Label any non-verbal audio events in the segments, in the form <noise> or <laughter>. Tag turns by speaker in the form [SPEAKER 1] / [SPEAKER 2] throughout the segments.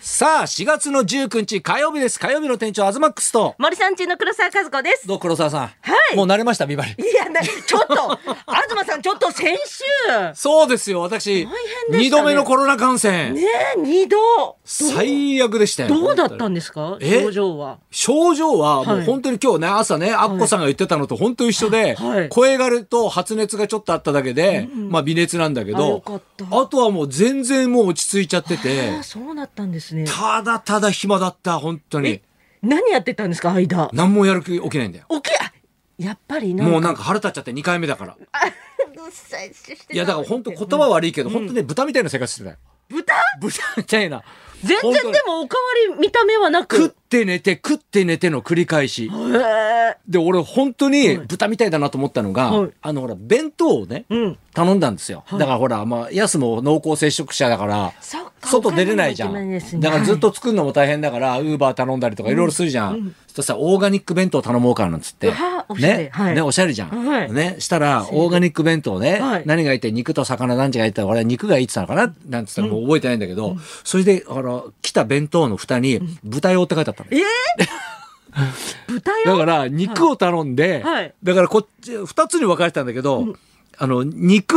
[SPEAKER 1] さあ、4月の19日火曜日です。火曜日の店長、アズマックスと。
[SPEAKER 2] 森さん中の黒沢和子です。
[SPEAKER 1] どう、黒沢さん。はいもう慣れました、ビバリー。
[SPEAKER 2] いやな、ちょっと、 <laughs> 東さん、ちょっと先週、
[SPEAKER 1] そうですよ、私。
[SPEAKER 2] 大変で
[SPEAKER 1] 二
[SPEAKER 2] したね
[SPEAKER 1] 度目のコロナ感染。
[SPEAKER 2] ねえ、二度。
[SPEAKER 1] 最悪でしたよ。
[SPEAKER 2] どうだっ
[SPEAKER 1] 本当
[SPEAKER 2] た
[SPEAKER 1] に
[SPEAKER 2] んですか
[SPEAKER 1] え
[SPEAKER 2] 症状は。
[SPEAKER 1] 症状はも
[SPEAKER 2] は
[SPEAKER 1] う
[SPEAKER 2] い
[SPEAKER 1] 本当に今日ね、朝ね、アッコさんが言ってたのと本当一緒で、
[SPEAKER 2] はい
[SPEAKER 1] 声がると発熱がちょっとあっただけで、まあ微熱なんだけ
[SPEAKER 2] あ
[SPEAKER 1] ど
[SPEAKER 2] よかった
[SPEAKER 1] あとはもう全然もう落ち着いちゃってて
[SPEAKER 2] あ、そうだったんですね。
[SPEAKER 1] ただただ暇だった、本当に
[SPEAKER 2] え。、何やってたんですか、間。
[SPEAKER 1] 何もやる気起きないんだよ。
[SPEAKER 2] 起きや、やっぱりな。
[SPEAKER 1] もうなんか腹立っちゃって2回目だから。いやだから本当言葉悪いけど、本当ね、豚みたいな生活してたよ。
[SPEAKER 2] 豚
[SPEAKER 1] 豚みたいな。
[SPEAKER 2] 全然
[SPEAKER 1] 本
[SPEAKER 2] で
[SPEAKER 1] 当に
[SPEAKER 2] もおかわり見た目はな
[SPEAKER 1] 食っ
[SPEAKER 2] く。
[SPEAKER 1] て寝て、食って寝ての繰り返し。
[SPEAKER 2] へえ
[SPEAKER 1] で、俺本当に豚みたいだなと思ったのが、
[SPEAKER 2] はい
[SPEAKER 1] あのほら、弁当をね、
[SPEAKER 2] うん。
[SPEAKER 1] 頼んだんですよ。だからほら、まあ、ヤスも濃厚接触者だから、
[SPEAKER 2] そっか
[SPEAKER 1] 外出れないじゃ
[SPEAKER 2] お金もいけないです
[SPEAKER 1] ん。
[SPEAKER 2] ね
[SPEAKER 1] だからずっと作るのも大変だから、ウーバー頼んだりとかいろいろするじゃん。そしたら、オーガニック弁当頼もうかなんつって
[SPEAKER 2] うわ。おしゃれ
[SPEAKER 1] ね、
[SPEAKER 2] はい
[SPEAKER 1] ね、おしゃれじゃん。
[SPEAKER 2] はい
[SPEAKER 1] ね、したら、オーガニック弁当ね、
[SPEAKER 2] はい
[SPEAKER 1] 何がいいって、肉と魚なんちがいいって、俺は肉がいいって言ったのかななんつったらもう覚えてないんだけど、それで、あの、来た弁当の蓋に、豚用って書いてあったのよ。
[SPEAKER 2] <laughs> ええ豚
[SPEAKER 1] だ
[SPEAKER 2] よ。
[SPEAKER 1] から肉を頼んで、
[SPEAKER 2] はい
[SPEAKER 1] だからこっち2つに分かれてたんだけど、あの肉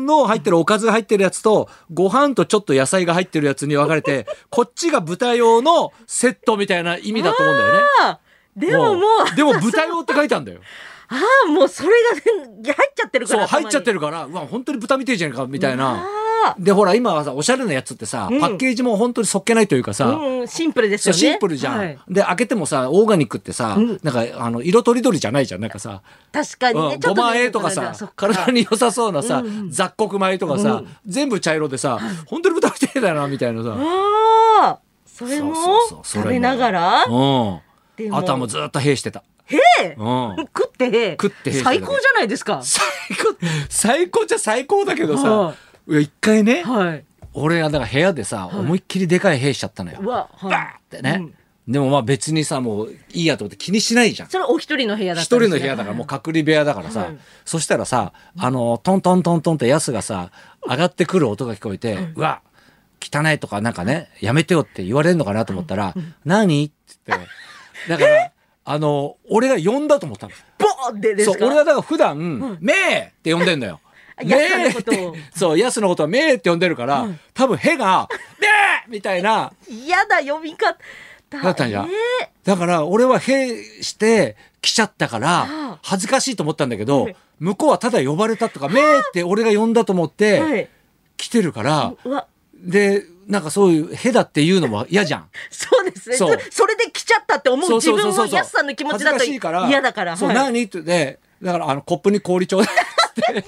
[SPEAKER 1] の入ってるおかずが入ってるやつとご飯とちょっと野菜が入ってるやつに分かれ
[SPEAKER 2] <laughs>
[SPEAKER 1] てこっちが豚用のセットみたいな意味だと思うんだよね。
[SPEAKER 2] あでもも
[SPEAKER 1] ん
[SPEAKER 2] う、
[SPEAKER 1] で
[SPEAKER 2] <laughs>
[SPEAKER 1] も豚用って書いたんだよ。
[SPEAKER 2] ああ、もうそれがね入っちゃってるか
[SPEAKER 1] そう
[SPEAKER 2] ら。
[SPEAKER 1] 入っちゃって
[SPEAKER 2] る。
[SPEAKER 1] るからうわ本当に豚みてえじゃんかみたいな。
[SPEAKER 2] あ
[SPEAKER 1] でほら今はさおしゃれなやつってさ、
[SPEAKER 2] うん
[SPEAKER 1] パッケージも本当にそっけないというか
[SPEAKER 2] あ。
[SPEAKER 1] さ、
[SPEAKER 2] うん、シンプルで
[SPEAKER 1] そ
[SPEAKER 2] す
[SPEAKER 1] う
[SPEAKER 2] よね。
[SPEAKER 1] シンプルじゃん、
[SPEAKER 2] はい
[SPEAKER 1] で開けてもさオーガニックってさ、
[SPEAKER 2] うん
[SPEAKER 1] なんかあの色とりどりじゃないじゃんなんかさ。
[SPEAKER 2] 確かに
[SPEAKER 1] う
[SPEAKER 2] ね。
[SPEAKER 1] ん、
[SPEAKER 2] ちょ
[SPEAKER 1] ご
[SPEAKER 2] っと
[SPEAKER 1] まあ
[SPEAKER 2] ね
[SPEAKER 1] えとかさ
[SPEAKER 2] そっ
[SPEAKER 1] 体に良さそうなさ、
[SPEAKER 2] うんうん
[SPEAKER 1] 雑穀米とかさ、
[SPEAKER 2] うん
[SPEAKER 1] 全部茶色でさ、本当に豚みたいだなみたいなさ、
[SPEAKER 2] ああ、それも
[SPEAKER 1] そうそうそうそれも
[SPEAKER 2] 食べながら、
[SPEAKER 1] う
[SPEAKER 2] で
[SPEAKER 1] ん、
[SPEAKER 2] も
[SPEAKER 1] あとはもうずっと兵してた、
[SPEAKER 2] へえ、
[SPEAKER 1] うん、
[SPEAKER 2] 食って、
[SPEAKER 1] 食って
[SPEAKER 2] 最高じゃないですか。
[SPEAKER 1] 最高最高じゃ最高だけど
[SPEAKER 2] は
[SPEAKER 1] さいや一回ね、
[SPEAKER 2] はい。
[SPEAKER 1] 俺がだから部屋でさ、思いっきりでかい兵しちゃったのよ
[SPEAKER 2] うわ、はい
[SPEAKER 1] バーってね、でもまあ別にさもういいやと思って気にしないじゃん
[SPEAKER 2] それお一人の部屋だっ
[SPEAKER 1] 一
[SPEAKER 2] たんで
[SPEAKER 1] 人
[SPEAKER 2] す
[SPEAKER 1] の
[SPEAKER 2] ね
[SPEAKER 1] 部屋だからもう隔離部屋だからさ、
[SPEAKER 2] はい
[SPEAKER 1] そしたらさあのトントントントンってヤスがさ上がってくる音が聞こえて「うわ汚い」とかなんかね「やめてよ」って言われるのかなと思ったら「何?」って言ってだからあの俺が呼んだと思ったの。
[SPEAKER 2] ボーンでです
[SPEAKER 1] そ
[SPEAKER 2] か
[SPEAKER 1] う俺はだから普段「めー」って呼んでんだよ。
[SPEAKER 2] ヤスのことを
[SPEAKER 1] めーってそうヤスのことは「めー」って呼んでるから、多分「へ」が「めー」みたいな
[SPEAKER 2] 嫌だ、読み方。
[SPEAKER 1] だったんじゃん
[SPEAKER 2] ね
[SPEAKER 1] だから俺は「へ」して来ちゃったか
[SPEAKER 2] あ
[SPEAKER 1] ら
[SPEAKER 2] あ
[SPEAKER 1] 恥ずかしいと思ったんだけど
[SPEAKER 2] い
[SPEAKER 1] 向こうはただ呼ばれたとか「め」って俺が呼んだと思っ
[SPEAKER 2] は
[SPEAKER 1] て
[SPEAKER 2] い。
[SPEAKER 1] 来てるから
[SPEAKER 2] うわ、
[SPEAKER 1] でなんかそういう「へ」だっていうのも嫌じゃん。
[SPEAKER 2] そうですね。
[SPEAKER 1] そ
[SPEAKER 2] そうそれで来ちゃったって思う
[SPEAKER 1] そう
[SPEAKER 2] 自
[SPEAKER 1] そう
[SPEAKER 2] 分
[SPEAKER 1] そうそう
[SPEAKER 2] もヤスさんの気持ち
[SPEAKER 1] 恥
[SPEAKER 2] だと
[SPEAKER 1] ずかしいから
[SPEAKER 2] 嫌だから。
[SPEAKER 1] そう
[SPEAKER 2] はい
[SPEAKER 1] 何ってでだからあのコップに氷ちょうだ
[SPEAKER 2] <laughs>
[SPEAKER 1] い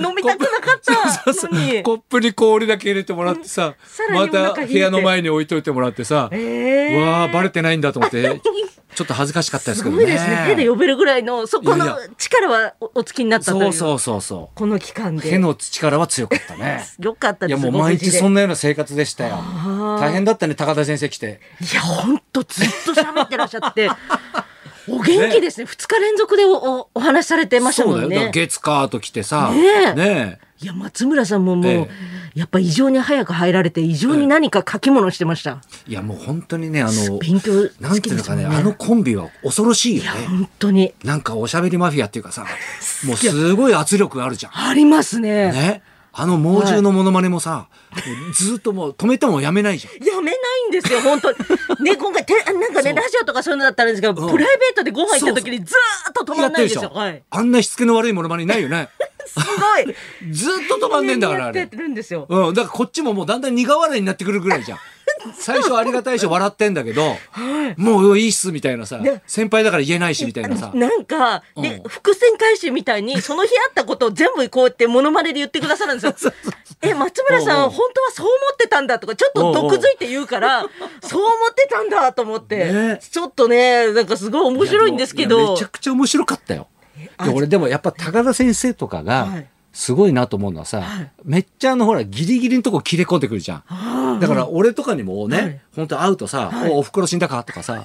[SPEAKER 2] 飲みたくな
[SPEAKER 1] <laughs>
[SPEAKER 2] かったのに。
[SPEAKER 1] コップに氷だけ入れてもらってさ
[SPEAKER 2] さら
[SPEAKER 1] ま
[SPEAKER 2] にお腹
[SPEAKER 1] た
[SPEAKER 2] 冷えて
[SPEAKER 1] 部屋の前に置いといてもらってさ
[SPEAKER 2] え
[SPEAKER 1] う
[SPEAKER 2] ー
[SPEAKER 1] わーバレてないんだと思ってちょっと恥ずかしかったです
[SPEAKER 2] す
[SPEAKER 1] けど
[SPEAKER 2] ご
[SPEAKER 1] ね。
[SPEAKER 2] いですね。手で呼べるぐらいの、そこの
[SPEAKER 1] いやいや
[SPEAKER 2] 力はおおつきになったという。
[SPEAKER 1] そうそうそうそ
[SPEAKER 2] この期間
[SPEAKER 1] う。
[SPEAKER 2] で。
[SPEAKER 1] 手の力は強か
[SPEAKER 2] <laughs>
[SPEAKER 1] ったね。
[SPEAKER 2] よかった
[SPEAKER 1] い
[SPEAKER 2] で
[SPEAKER 1] や
[SPEAKER 2] す。
[SPEAKER 1] もう毎日そ
[SPEAKER 2] ん
[SPEAKER 1] んなような生活でしたよ。
[SPEAKER 2] あー
[SPEAKER 1] 大変だったね高田先生来て。
[SPEAKER 2] いや、ほんとずっと喋ってらっしゃ
[SPEAKER 1] <laughs>
[SPEAKER 2] って。お元気ですね。二、日連続でおおお話しされてました
[SPEAKER 1] そ
[SPEAKER 2] も
[SPEAKER 1] うだよ。
[SPEAKER 2] ん
[SPEAKER 1] だから
[SPEAKER 2] ね。
[SPEAKER 1] 月火と来てさ。
[SPEAKER 2] ねえ
[SPEAKER 1] ねえ
[SPEAKER 2] いや、松村さんももう、
[SPEAKER 1] え
[SPEAKER 2] やっぱ異常に早く入られて、異常に何か書き物してました。
[SPEAKER 1] いやもう本当にねあの
[SPEAKER 2] 勉強好きですもんね
[SPEAKER 1] なんていうのかねあのコンビは恐ろしいよね。
[SPEAKER 2] 本当に。
[SPEAKER 1] なんかおしゃべりマフィアっていうかさ、もうすごい圧力があるじゃん。
[SPEAKER 2] ありますね。
[SPEAKER 1] ね。あの猛獣のモノマネもさ、もうずっともう止めてもやめないじゃん。
[SPEAKER 2] やめないんですよ、本当に。
[SPEAKER 1] <laughs>
[SPEAKER 2] ね、今回、てなんかね、ラジオとかそういうのだったらいいんですけど、
[SPEAKER 1] うん
[SPEAKER 2] プライベートでご飯行った時にずーっと止
[SPEAKER 1] や
[SPEAKER 2] まら
[SPEAKER 1] っ
[SPEAKER 2] な
[SPEAKER 1] て
[SPEAKER 2] い
[SPEAKER 1] るで
[SPEAKER 2] んで
[SPEAKER 1] し
[SPEAKER 2] すよ。
[SPEAKER 1] ょ
[SPEAKER 2] はい。。
[SPEAKER 1] あんなしつけの悪いモノマネないよね。
[SPEAKER 2] すごい。
[SPEAKER 1] ずっと止まんねえんだからあ
[SPEAKER 2] やっ
[SPEAKER 1] れ
[SPEAKER 2] て。るんですよ。
[SPEAKER 1] うん、だからこっちももうだんだん苦笑いになってくるぐら
[SPEAKER 2] <laughs>
[SPEAKER 1] いじゃん。最初ありがたいし笑ってんだけど、もういいっすみたいなさ
[SPEAKER 2] ね、
[SPEAKER 1] 先輩だから言えないしみたいなさ。
[SPEAKER 2] なんか、
[SPEAKER 1] うん
[SPEAKER 2] で、伏線回収みたいに、その日あったことを全部こうやってモノマネで言ってくださるんですよ。え、松村さ、
[SPEAKER 1] おうんおう
[SPEAKER 2] 本当はそう思ってたんだとか、ちょっと毒づいて言うから、そう思ってたんだと思って、
[SPEAKER 1] ね
[SPEAKER 2] ちょっとね、なんかすごい面白いんですけ
[SPEAKER 1] いや
[SPEAKER 2] ど
[SPEAKER 1] めちゃ、くちゃ面白かったよ。
[SPEAKER 2] あ
[SPEAKER 1] で俺でもやっぱ高田先生とか
[SPEAKER 2] は
[SPEAKER 1] が
[SPEAKER 2] い
[SPEAKER 1] すごいなと思うのはさ、めっちゃあのほらギリギリのとこ切れ込んでくるじゃん。だから俺とかにもね、
[SPEAKER 2] はい <laughs>
[SPEAKER 1] 本当会うとさ、おお袋死んだかとかさ、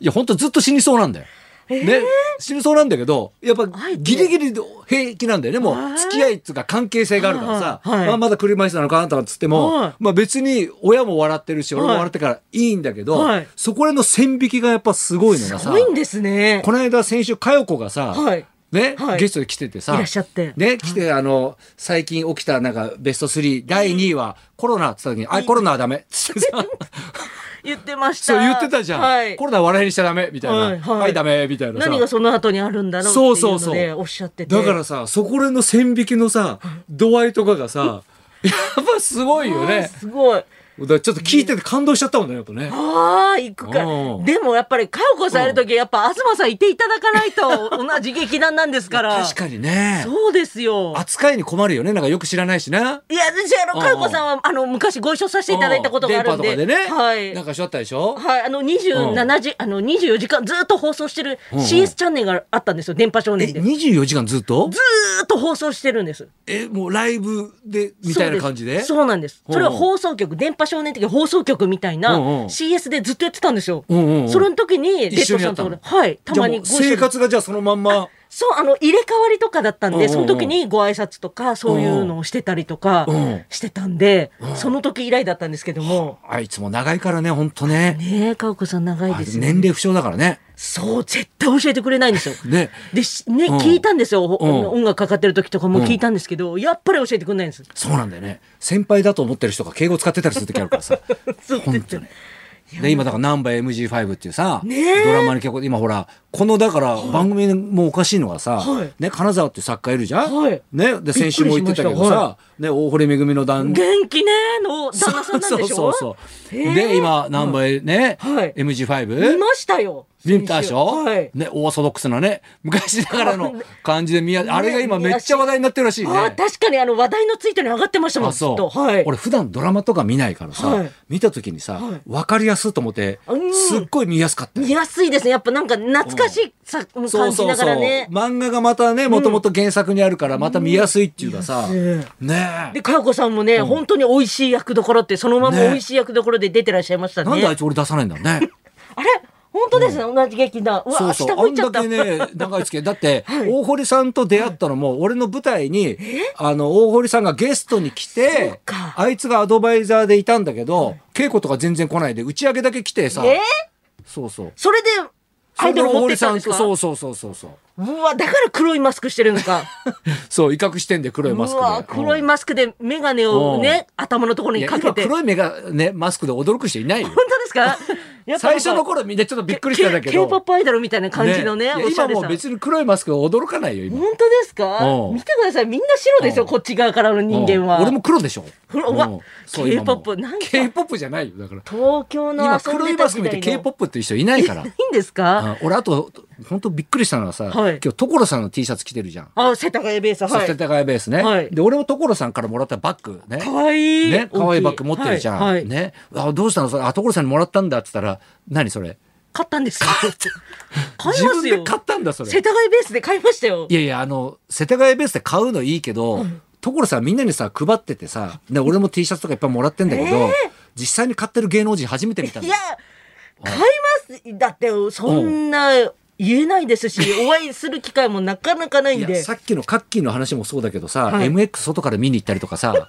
[SPEAKER 1] いや本当ずっと死にそうなんだよ。ね、死にそうなんだけど、やっぱ
[SPEAKER 2] あえて
[SPEAKER 1] ギリギリ平気なんだよね。も
[SPEAKER 2] あー
[SPEAKER 1] う付き合いっつうか関係性があるからさ、
[SPEAKER 2] はいはい
[SPEAKER 1] まあまだ車椅子なのかなとかっつって
[SPEAKER 2] はい
[SPEAKER 1] も、まあ別に親も笑ってるし、
[SPEAKER 2] はい
[SPEAKER 1] 俺も笑ってからいいんだけど
[SPEAKER 2] はい、
[SPEAKER 1] そこらの線引きがやっぱすごいのが
[SPEAKER 2] す
[SPEAKER 1] さ
[SPEAKER 2] ご、いんですね。
[SPEAKER 1] この間先週佳代子がさ、
[SPEAKER 2] はい。
[SPEAKER 1] ね
[SPEAKER 2] はい、
[SPEAKER 1] ゲストで来てて
[SPEAKER 2] い
[SPEAKER 1] さ
[SPEAKER 2] らっ、しゃって。
[SPEAKER 1] ね、来て、あの、最近起きたなんかベスト3、第2位はコロナって言った時に、あ、コロナはダメ。 <laughs> つってさ
[SPEAKER 2] 言ってました。
[SPEAKER 1] そう言ってたじゃん、
[SPEAKER 2] はい
[SPEAKER 1] コ。ロナ笑いにしちゃダメみたいな、
[SPEAKER 2] は
[SPEAKER 1] はいい
[SPEAKER 2] はい
[SPEAKER 1] ダメみたいなさ
[SPEAKER 2] 何がその後にあるんだろうって
[SPEAKER 1] そ
[SPEAKER 2] いう
[SPEAKER 1] うそう
[SPEAKER 2] の
[SPEAKER 1] そう
[SPEAKER 2] でおっしゃってて。
[SPEAKER 1] だからさそこら辺の線引きのさ度合いとかがさやっぱすごいよ
[SPEAKER 2] あー
[SPEAKER 1] ね
[SPEAKER 2] すごい。
[SPEAKER 1] だからちょっと聞いてて感動しちゃったもんねやっぱね
[SPEAKER 2] ああ、行くか
[SPEAKER 1] う。ん
[SPEAKER 2] でもやっぱり、かよこさんいるとき、やっぱ東さんいていただかないと、同じ劇団なんですから。
[SPEAKER 1] <laughs> 確かにね
[SPEAKER 2] そうですよ。
[SPEAKER 1] 扱いに困るよねなんかよく知らないしない
[SPEAKER 2] や、私、あの、
[SPEAKER 1] うん
[SPEAKER 2] かよこさんは、あの、昔ご一緒させていただいたことがあるんで。
[SPEAKER 1] うん電波とかでね、
[SPEAKER 2] はい。
[SPEAKER 1] なんかしちゃったでしょ
[SPEAKER 2] はい、あの27時、あの24時間ずっと放送してる
[SPEAKER 1] うんうん
[SPEAKER 2] CS チャンネルがあったんですよ、電波少
[SPEAKER 1] え
[SPEAKER 2] 年で。ず
[SPEAKER 1] 24時間ずっと
[SPEAKER 2] ーっと放送してるんです。
[SPEAKER 1] えもうライブでみたいな感じで
[SPEAKER 2] そうすそうなんです。
[SPEAKER 1] うんうん
[SPEAKER 2] それは放送局、電波少年的放送局みたいな
[SPEAKER 1] うんうん
[SPEAKER 2] CS でずっとやってたんですよ。
[SPEAKER 1] うんうんうん
[SPEAKER 2] それの時に、レ
[SPEAKER 1] 一
[SPEAKER 2] ッ
[SPEAKER 1] 緒
[SPEAKER 2] ド
[SPEAKER 1] に
[SPEAKER 2] さ
[SPEAKER 1] や
[SPEAKER 2] ん
[SPEAKER 1] った
[SPEAKER 2] と
[SPEAKER 1] の
[SPEAKER 2] 俺、はい、たまにご
[SPEAKER 1] じゃあもう生
[SPEAKER 2] 一緒に。
[SPEAKER 1] 活がじゃあそのまんま
[SPEAKER 2] そう、あの、入れ替わりとかだったんで、
[SPEAKER 1] うんうんうん
[SPEAKER 2] その時にご挨拶とか、そういうのをしてたりとか
[SPEAKER 1] うん
[SPEAKER 2] してたんで、
[SPEAKER 1] うん
[SPEAKER 2] その時以来だったんですけども。
[SPEAKER 1] あいつも長いからねほんとね
[SPEAKER 2] ねえ、かおこさん長い
[SPEAKER 1] あ
[SPEAKER 2] で
[SPEAKER 1] れ
[SPEAKER 2] すよね
[SPEAKER 1] 年齢不詳だからね
[SPEAKER 2] そう、絶対教えてくれないんですよ。
[SPEAKER 1] ね
[SPEAKER 2] で、しね、
[SPEAKER 1] うん
[SPEAKER 2] 聞いたんですよ。ほ
[SPEAKER 1] うん
[SPEAKER 2] 音楽かかってる時とかも聞いたんですけど、やっぱり教えてくれないんです。
[SPEAKER 1] そうなんだよね先輩だと思ってる人が敬語使ってたりする時あるからさ
[SPEAKER 2] <laughs> そう
[SPEAKER 1] 本当にで今だから「ナンバー MG5」っていうさ、
[SPEAKER 2] ねえ
[SPEAKER 1] ドラマに結構今ほらこのだから番組もおかしいのがさ、
[SPEAKER 2] はい
[SPEAKER 1] ね、金沢っていう作家いるじゃん、
[SPEAKER 2] はい
[SPEAKER 1] ね、で先週も言ってたけ
[SPEAKER 2] びっくり
[SPEAKER 1] ど
[SPEAKER 2] しました
[SPEAKER 1] さ、
[SPEAKER 2] は
[SPEAKER 1] ね、大堀恵の旦
[SPEAKER 2] 元気ねの旦那さんなんでしょ
[SPEAKER 1] そうそうそう、
[SPEAKER 2] へえ
[SPEAKER 1] で今「ナンバーね、
[SPEAKER 2] はい
[SPEAKER 1] MG5」
[SPEAKER 2] 見ましたよ。
[SPEAKER 1] 見たでしょ、
[SPEAKER 2] はい。
[SPEAKER 1] ね、オーソドックスなね昔ながら
[SPEAKER 2] <laughs>
[SPEAKER 1] の感じで宮、
[SPEAKER 2] ね
[SPEAKER 1] あれが今めっちゃ話題になってるらしいね。
[SPEAKER 2] あー確かにあの話題のツイートに上がってましたもん、
[SPEAKER 1] あ
[SPEAKER 2] ず
[SPEAKER 1] そ
[SPEAKER 2] っ
[SPEAKER 1] う
[SPEAKER 2] と。はい。
[SPEAKER 1] 俺普段ドラマとか見ないからさ、
[SPEAKER 2] はい
[SPEAKER 1] 見た時にさ、
[SPEAKER 2] はい
[SPEAKER 1] 分かりやすいと思って、
[SPEAKER 2] うん
[SPEAKER 1] すっごい見やすかったよ
[SPEAKER 2] 見やすいですね。やっぱなんか懐かしいさ、
[SPEAKER 1] そ
[SPEAKER 2] 感
[SPEAKER 1] う
[SPEAKER 2] じ
[SPEAKER 1] そう
[SPEAKER 2] な
[SPEAKER 1] そ
[SPEAKER 2] が
[SPEAKER 1] う
[SPEAKER 2] らね。
[SPEAKER 1] 漫画がまたねもともと原作にあるからまた見やすいっていうかさ、
[SPEAKER 2] 見や
[SPEAKER 1] ねえ
[SPEAKER 2] で、かよこさんもね、本当に美味しい役どころって、そのまま
[SPEAKER 1] ね
[SPEAKER 2] 美味しい役どころで出てらっしゃいましたね。
[SPEAKER 1] なんであいつ俺出さないんだろうね
[SPEAKER 2] あれ本当ですね、同じ劇団。うわ、
[SPEAKER 1] そうそう
[SPEAKER 2] 下向いちゃ
[SPEAKER 1] あ
[SPEAKER 2] っ
[SPEAKER 1] ん
[SPEAKER 2] た。
[SPEAKER 1] だけね長い付き合いだって、大堀さんと出会ったのも俺の舞台にあの大堀さんがゲストに来
[SPEAKER 2] そう
[SPEAKER 1] て
[SPEAKER 2] か
[SPEAKER 1] あいつがアドバイザーでいたんだけど、稽古とか全然来ないで打ち上げだけ来てさ、
[SPEAKER 2] えー
[SPEAKER 1] そうそう
[SPEAKER 2] それで、アイドル持ってったんですか
[SPEAKER 1] それで大堀さんそうそうそうそうそう
[SPEAKER 2] うわ、だから黒いマスクしてるのか。
[SPEAKER 1] そう、威嚇してんで、黒いうマスクで。
[SPEAKER 2] わ、黒いマスクで眼鏡をね、頭のところ
[SPEAKER 1] うんい
[SPEAKER 2] に
[SPEAKER 1] や
[SPEAKER 2] かけ
[SPEAKER 1] 今
[SPEAKER 2] て。本
[SPEAKER 1] 黒い目がね、マスクで驚く人いないよ。
[SPEAKER 2] 当
[SPEAKER 1] <laughs>
[SPEAKER 2] ですかや
[SPEAKER 1] 最
[SPEAKER 2] っぱなんか
[SPEAKER 1] 初の頃みんなちょっとびっくりしたんだけ
[SPEAKER 2] K-
[SPEAKER 1] ど。
[SPEAKER 2] K-POP アイドルみたいな感じのね、
[SPEAKER 1] いや
[SPEAKER 2] おし
[SPEAKER 1] 今
[SPEAKER 2] ゃれ
[SPEAKER 1] も
[SPEAKER 2] さ
[SPEAKER 1] う。別に黒いマスクは驚かないよ、今。
[SPEAKER 2] 本当ですか
[SPEAKER 1] うん
[SPEAKER 2] 見てください。みんな白ですよ、
[SPEAKER 1] うん
[SPEAKER 2] こっち側からの人間は。
[SPEAKER 1] うん俺も黒でしょ。
[SPEAKER 2] ほらうわ
[SPEAKER 1] んそう今も
[SPEAKER 2] K-POP なんか
[SPEAKER 1] K-POP じゃないよ、だから。
[SPEAKER 2] 東京の
[SPEAKER 1] 今
[SPEAKER 2] 遊ん
[SPEAKER 1] 黒
[SPEAKER 2] で
[SPEAKER 1] い
[SPEAKER 2] た
[SPEAKER 1] マス
[SPEAKER 2] 時
[SPEAKER 1] ク見て
[SPEAKER 2] 代の
[SPEAKER 1] K-POP っていう人いない
[SPEAKER 2] <laughs>
[SPEAKER 1] から
[SPEAKER 2] い。いんですか
[SPEAKER 1] うん俺あと、本当びっくりしたのはさ、
[SPEAKER 2] はい
[SPEAKER 1] 今日所さんの T シャツ着てるじゃん。
[SPEAKER 2] あ、世田谷ベース、
[SPEAKER 1] そ
[SPEAKER 2] は
[SPEAKER 1] して
[SPEAKER 2] い。
[SPEAKER 1] 高いベースね。
[SPEAKER 2] はい
[SPEAKER 1] で、俺も所さんからもらったバッグね。
[SPEAKER 2] かわいい。
[SPEAKER 1] ね、可愛いバッグ持ってるじゃん。
[SPEAKER 2] はいはい
[SPEAKER 1] ね、あ、どうしたのそれ、あ、所さんにもらったんだって言ったら、何それ。
[SPEAKER 2] 買ったんですよ。買い
[SPEAKER 1] 自
[SPEAKER 2] ま
[SPEAKER 1] 分
[SPEAKER 2] す
[SPEAKER 1] で
[SPEAKER 2] よ。
[SPEAKER 1] 買ったんだ、それ。
[SPEAKER 2] 世田谷ベースで買いましたよ
[SPEAKER 1] い。やいや、あの、世田谷ベースで買うのいいけど、所さんみんなにさ、配っててさ、ね、俺も T シャツとかいっぱいもらってんだけど、実際に買ってる芸能人初めて見たの
[SPEAKER 2] いや、買います。だって、そんな言えないですし、お会いする機会もなかなかないん
[SPEAKER 1] いや
[SPEAKER 2] で。
[SPEAKER 1] さっきのカッキーの話もそうだけどさ、
[SPEAKER 2] はい
[SPEAKER 1] MX 外から見に行ったりとか
[SPEAKER 2] <laughs>
[SPEAKER 1] さ、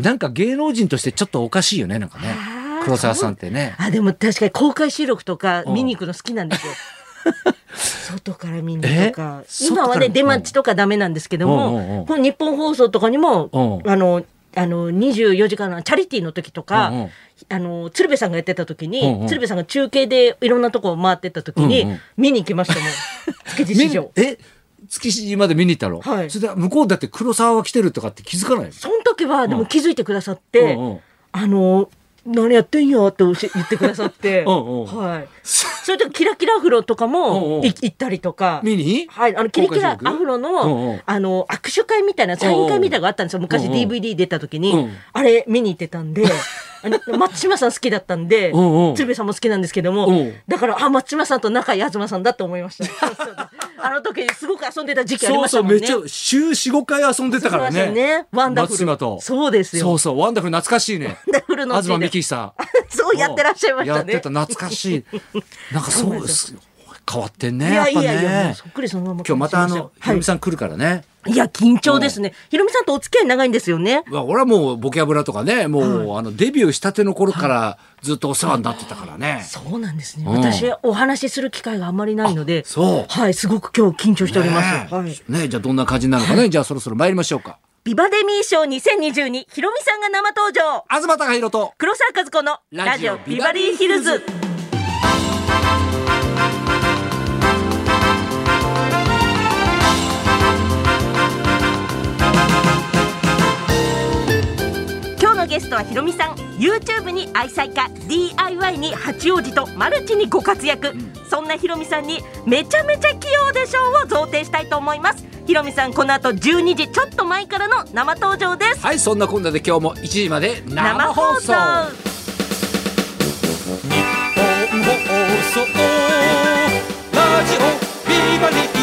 [SPEAKER 1] なんか芸能人としてちょっとおかしいよね、なんかね
[SPEAKER 2] あー。
[SPEAKER 1] 黒沢さんってね。
[SPEAKER 2] あ、でも確かに公開収録とか
[SPEAKER 1] うん
[SPEAKER 2] 見に行くの好きなんで
[SPEAKER 1] <laughs>
[SPEAKER 2] すよ。外から見に行くとか
[SPEAKER 1] え。
[SPEAKER 2] 今は
[SPEAKER 1] 外か
[SPEAKER 2] ね、
[SPEAKER 1] ら
[SPEAKER 2] 出待ちとかダメなんですけど
[SPEAKER 1] うんうんう
[SPEAKER 2] も
[SPEAKER 1] ん、
[SPEAKER 2] この日本放送とかにも、
[SPEAKER 1] うん
[SPEAKER 2] あの、あの、24時間のチャリティーの時とか、
[SPEAKER 1] うんうん
[SPEAKER 2] あの、鶴瓶さんがやってた時に、
[SPEAKER 1] うんうん
[SPEAKER 2] 鶴瓶さんが中継でいろんなとこを回ってた時に、
[SPEAKER 1] うんうん
[SPEAKER 2] 見に行き
[SPEAKER 1] <laughs>
[SPEAKER 2] ましたもん。築地市場。
[SPEAKER 1] 見にえ築地まで見に行ったの、
[SPEAKER 2] はい
[SPEAKER 1] それで向こうだって黒沢が来てるとかって気づかないの
[SPEAKER 2] その時は、でも気づいてくださって、
[SPEAKER 1] うんうん
[SPEAKER 2] あの、何やってんよって教え言ってくださって、
[SPEAKER 1] <laughs> うんうん
[SPEAKER 2] はい。それとキラキラアフロとか
[SPEAKER 1] うん
[SPEAKER 2] も
[SPEAKER 1] うん
[SPEAKER 2] い行ったりとか、
[SPEAKER 1] 見に
[SPEAKER 2] はい、あの、キラキラアフロ
[SPEAKER 1] うんう
[SPEAKER 2] の
[SPEAKER 1] ん、
[SPEAKER 2] あの、握手会みたいな、サイン会みたいなのがあったんですよ。昔
[SPEAKER 1] うんうん
[SPEAKER 2] DVD 出た時に
[SPEAKER 1] うん、
[SPEAKER 2] あれ見に行って
[SPEAKER 1] <laughs>
[SPEAKER 2] たんで、あの松島さん好きだったんで
[SPEAKER 1] うんう、ん
[SPEAKER 2] 鶴瓶さんも好きなんですけど
[SPEAKER 1] う
[SPEAKER 2] も
[SPEAKER 1] ん、
[SPEAKER 2] だから、あ、松島さんと仲いい東さんだって思い
[SPEAKER 1] <laughs>
[SPEAKER 2] ました。そうそうあの時すごく遊んでた時期あり
[SPEAKER 1] そ
[SPEAKER 2] ま
[SPEAKER 1] う
[SPEAKER 2] し
[SPEAKER 1] そ
[SPEAKER 2] た
[SPEAKER 1] う
[SPEAKER 2] もん
[SPEAKER 1] め
[SPEAKER 2] ね。
[SPEAKER 1] っちゃ週45回遊んでたから
[SPEAKER 2] そう
[SPEAKER 1] ね
[SPEAKER 2] ですよねワンダフル
[SPEAKER 1] 松島と
[SPEAKER 2] そうですよ
[SPEAKER 1] そうそうワンダフル懐かしいね
[SPEAKER 2] ダフルの地で
[SPEAKER 1] 東美希さん
[SPEAKER 2] <laughs> そうやってらっしゃいましたね。
[SPEAKER 1] やってた懐かしいなんかそうですよ変わってんね
[SPEAKER 2] い
[SPEAKER 1] やっ
[SPEAKER 2] やい
[SPEAKER 1] ぱ
[SPEAKER 2] やいや、もう
[SPEAKER 1] ね
[SPEAKER 2] そっくりそのまま。
[SPEAKER 1] 今日またあのひ
[SPEAKER 2] は
[SPEAKER 1] ろ
[SPEAKER 2] い
[SPEAKER 1] み。さん来るからね、
[SPEAKER 2] いや、緊張ですね。ひろみさんとお付き合い長いんですよね。
[SPEAKER 1] まあ俺はもうボキャブラとかねもう、あのデビューしたての頃からずっとお世話になってたからね、
[SPEAKER 2] そうなんですね。
[SPEAKER 1] うん
[SPEAKER 2] 私、お話しする機会があまりないので。
[SPEAKER 1] そう
[SPEAKER 2] はい、すごく今日緊張しております。はい
[SPEAKER 1] ね。ねじゃあどんな感じなのかね、じゃあそろそろ参りましょうか
[SPEAKER 2] ビバデミー賞2022、ひろみさんが生登場。
[SPEAKER 1] 東貴博と
[SPEAKER 2] 黒沢和子のラジオビバリーヒルズ。今日のゲストはひろみさん YouTube に愛妻家 DIY に八王子とマルチにご活躍、そんなひろみさんにめちゃめちゃ器用で賞を贈呈したいと思いますひろみさんこの後12時ちょっと前からの生登場です
[SPEAKER 1] はいそんなこんなで今日も1時まで
[SPEAKER 2] 生
[SPEAKER 1] 生
[SPEAKER 2] 放
[SPEAKER 1] 放
[SPEAKER 2] 送
[SPEAKER 1] 送
[SPEAKER 3] 日本放送ラジオビバリー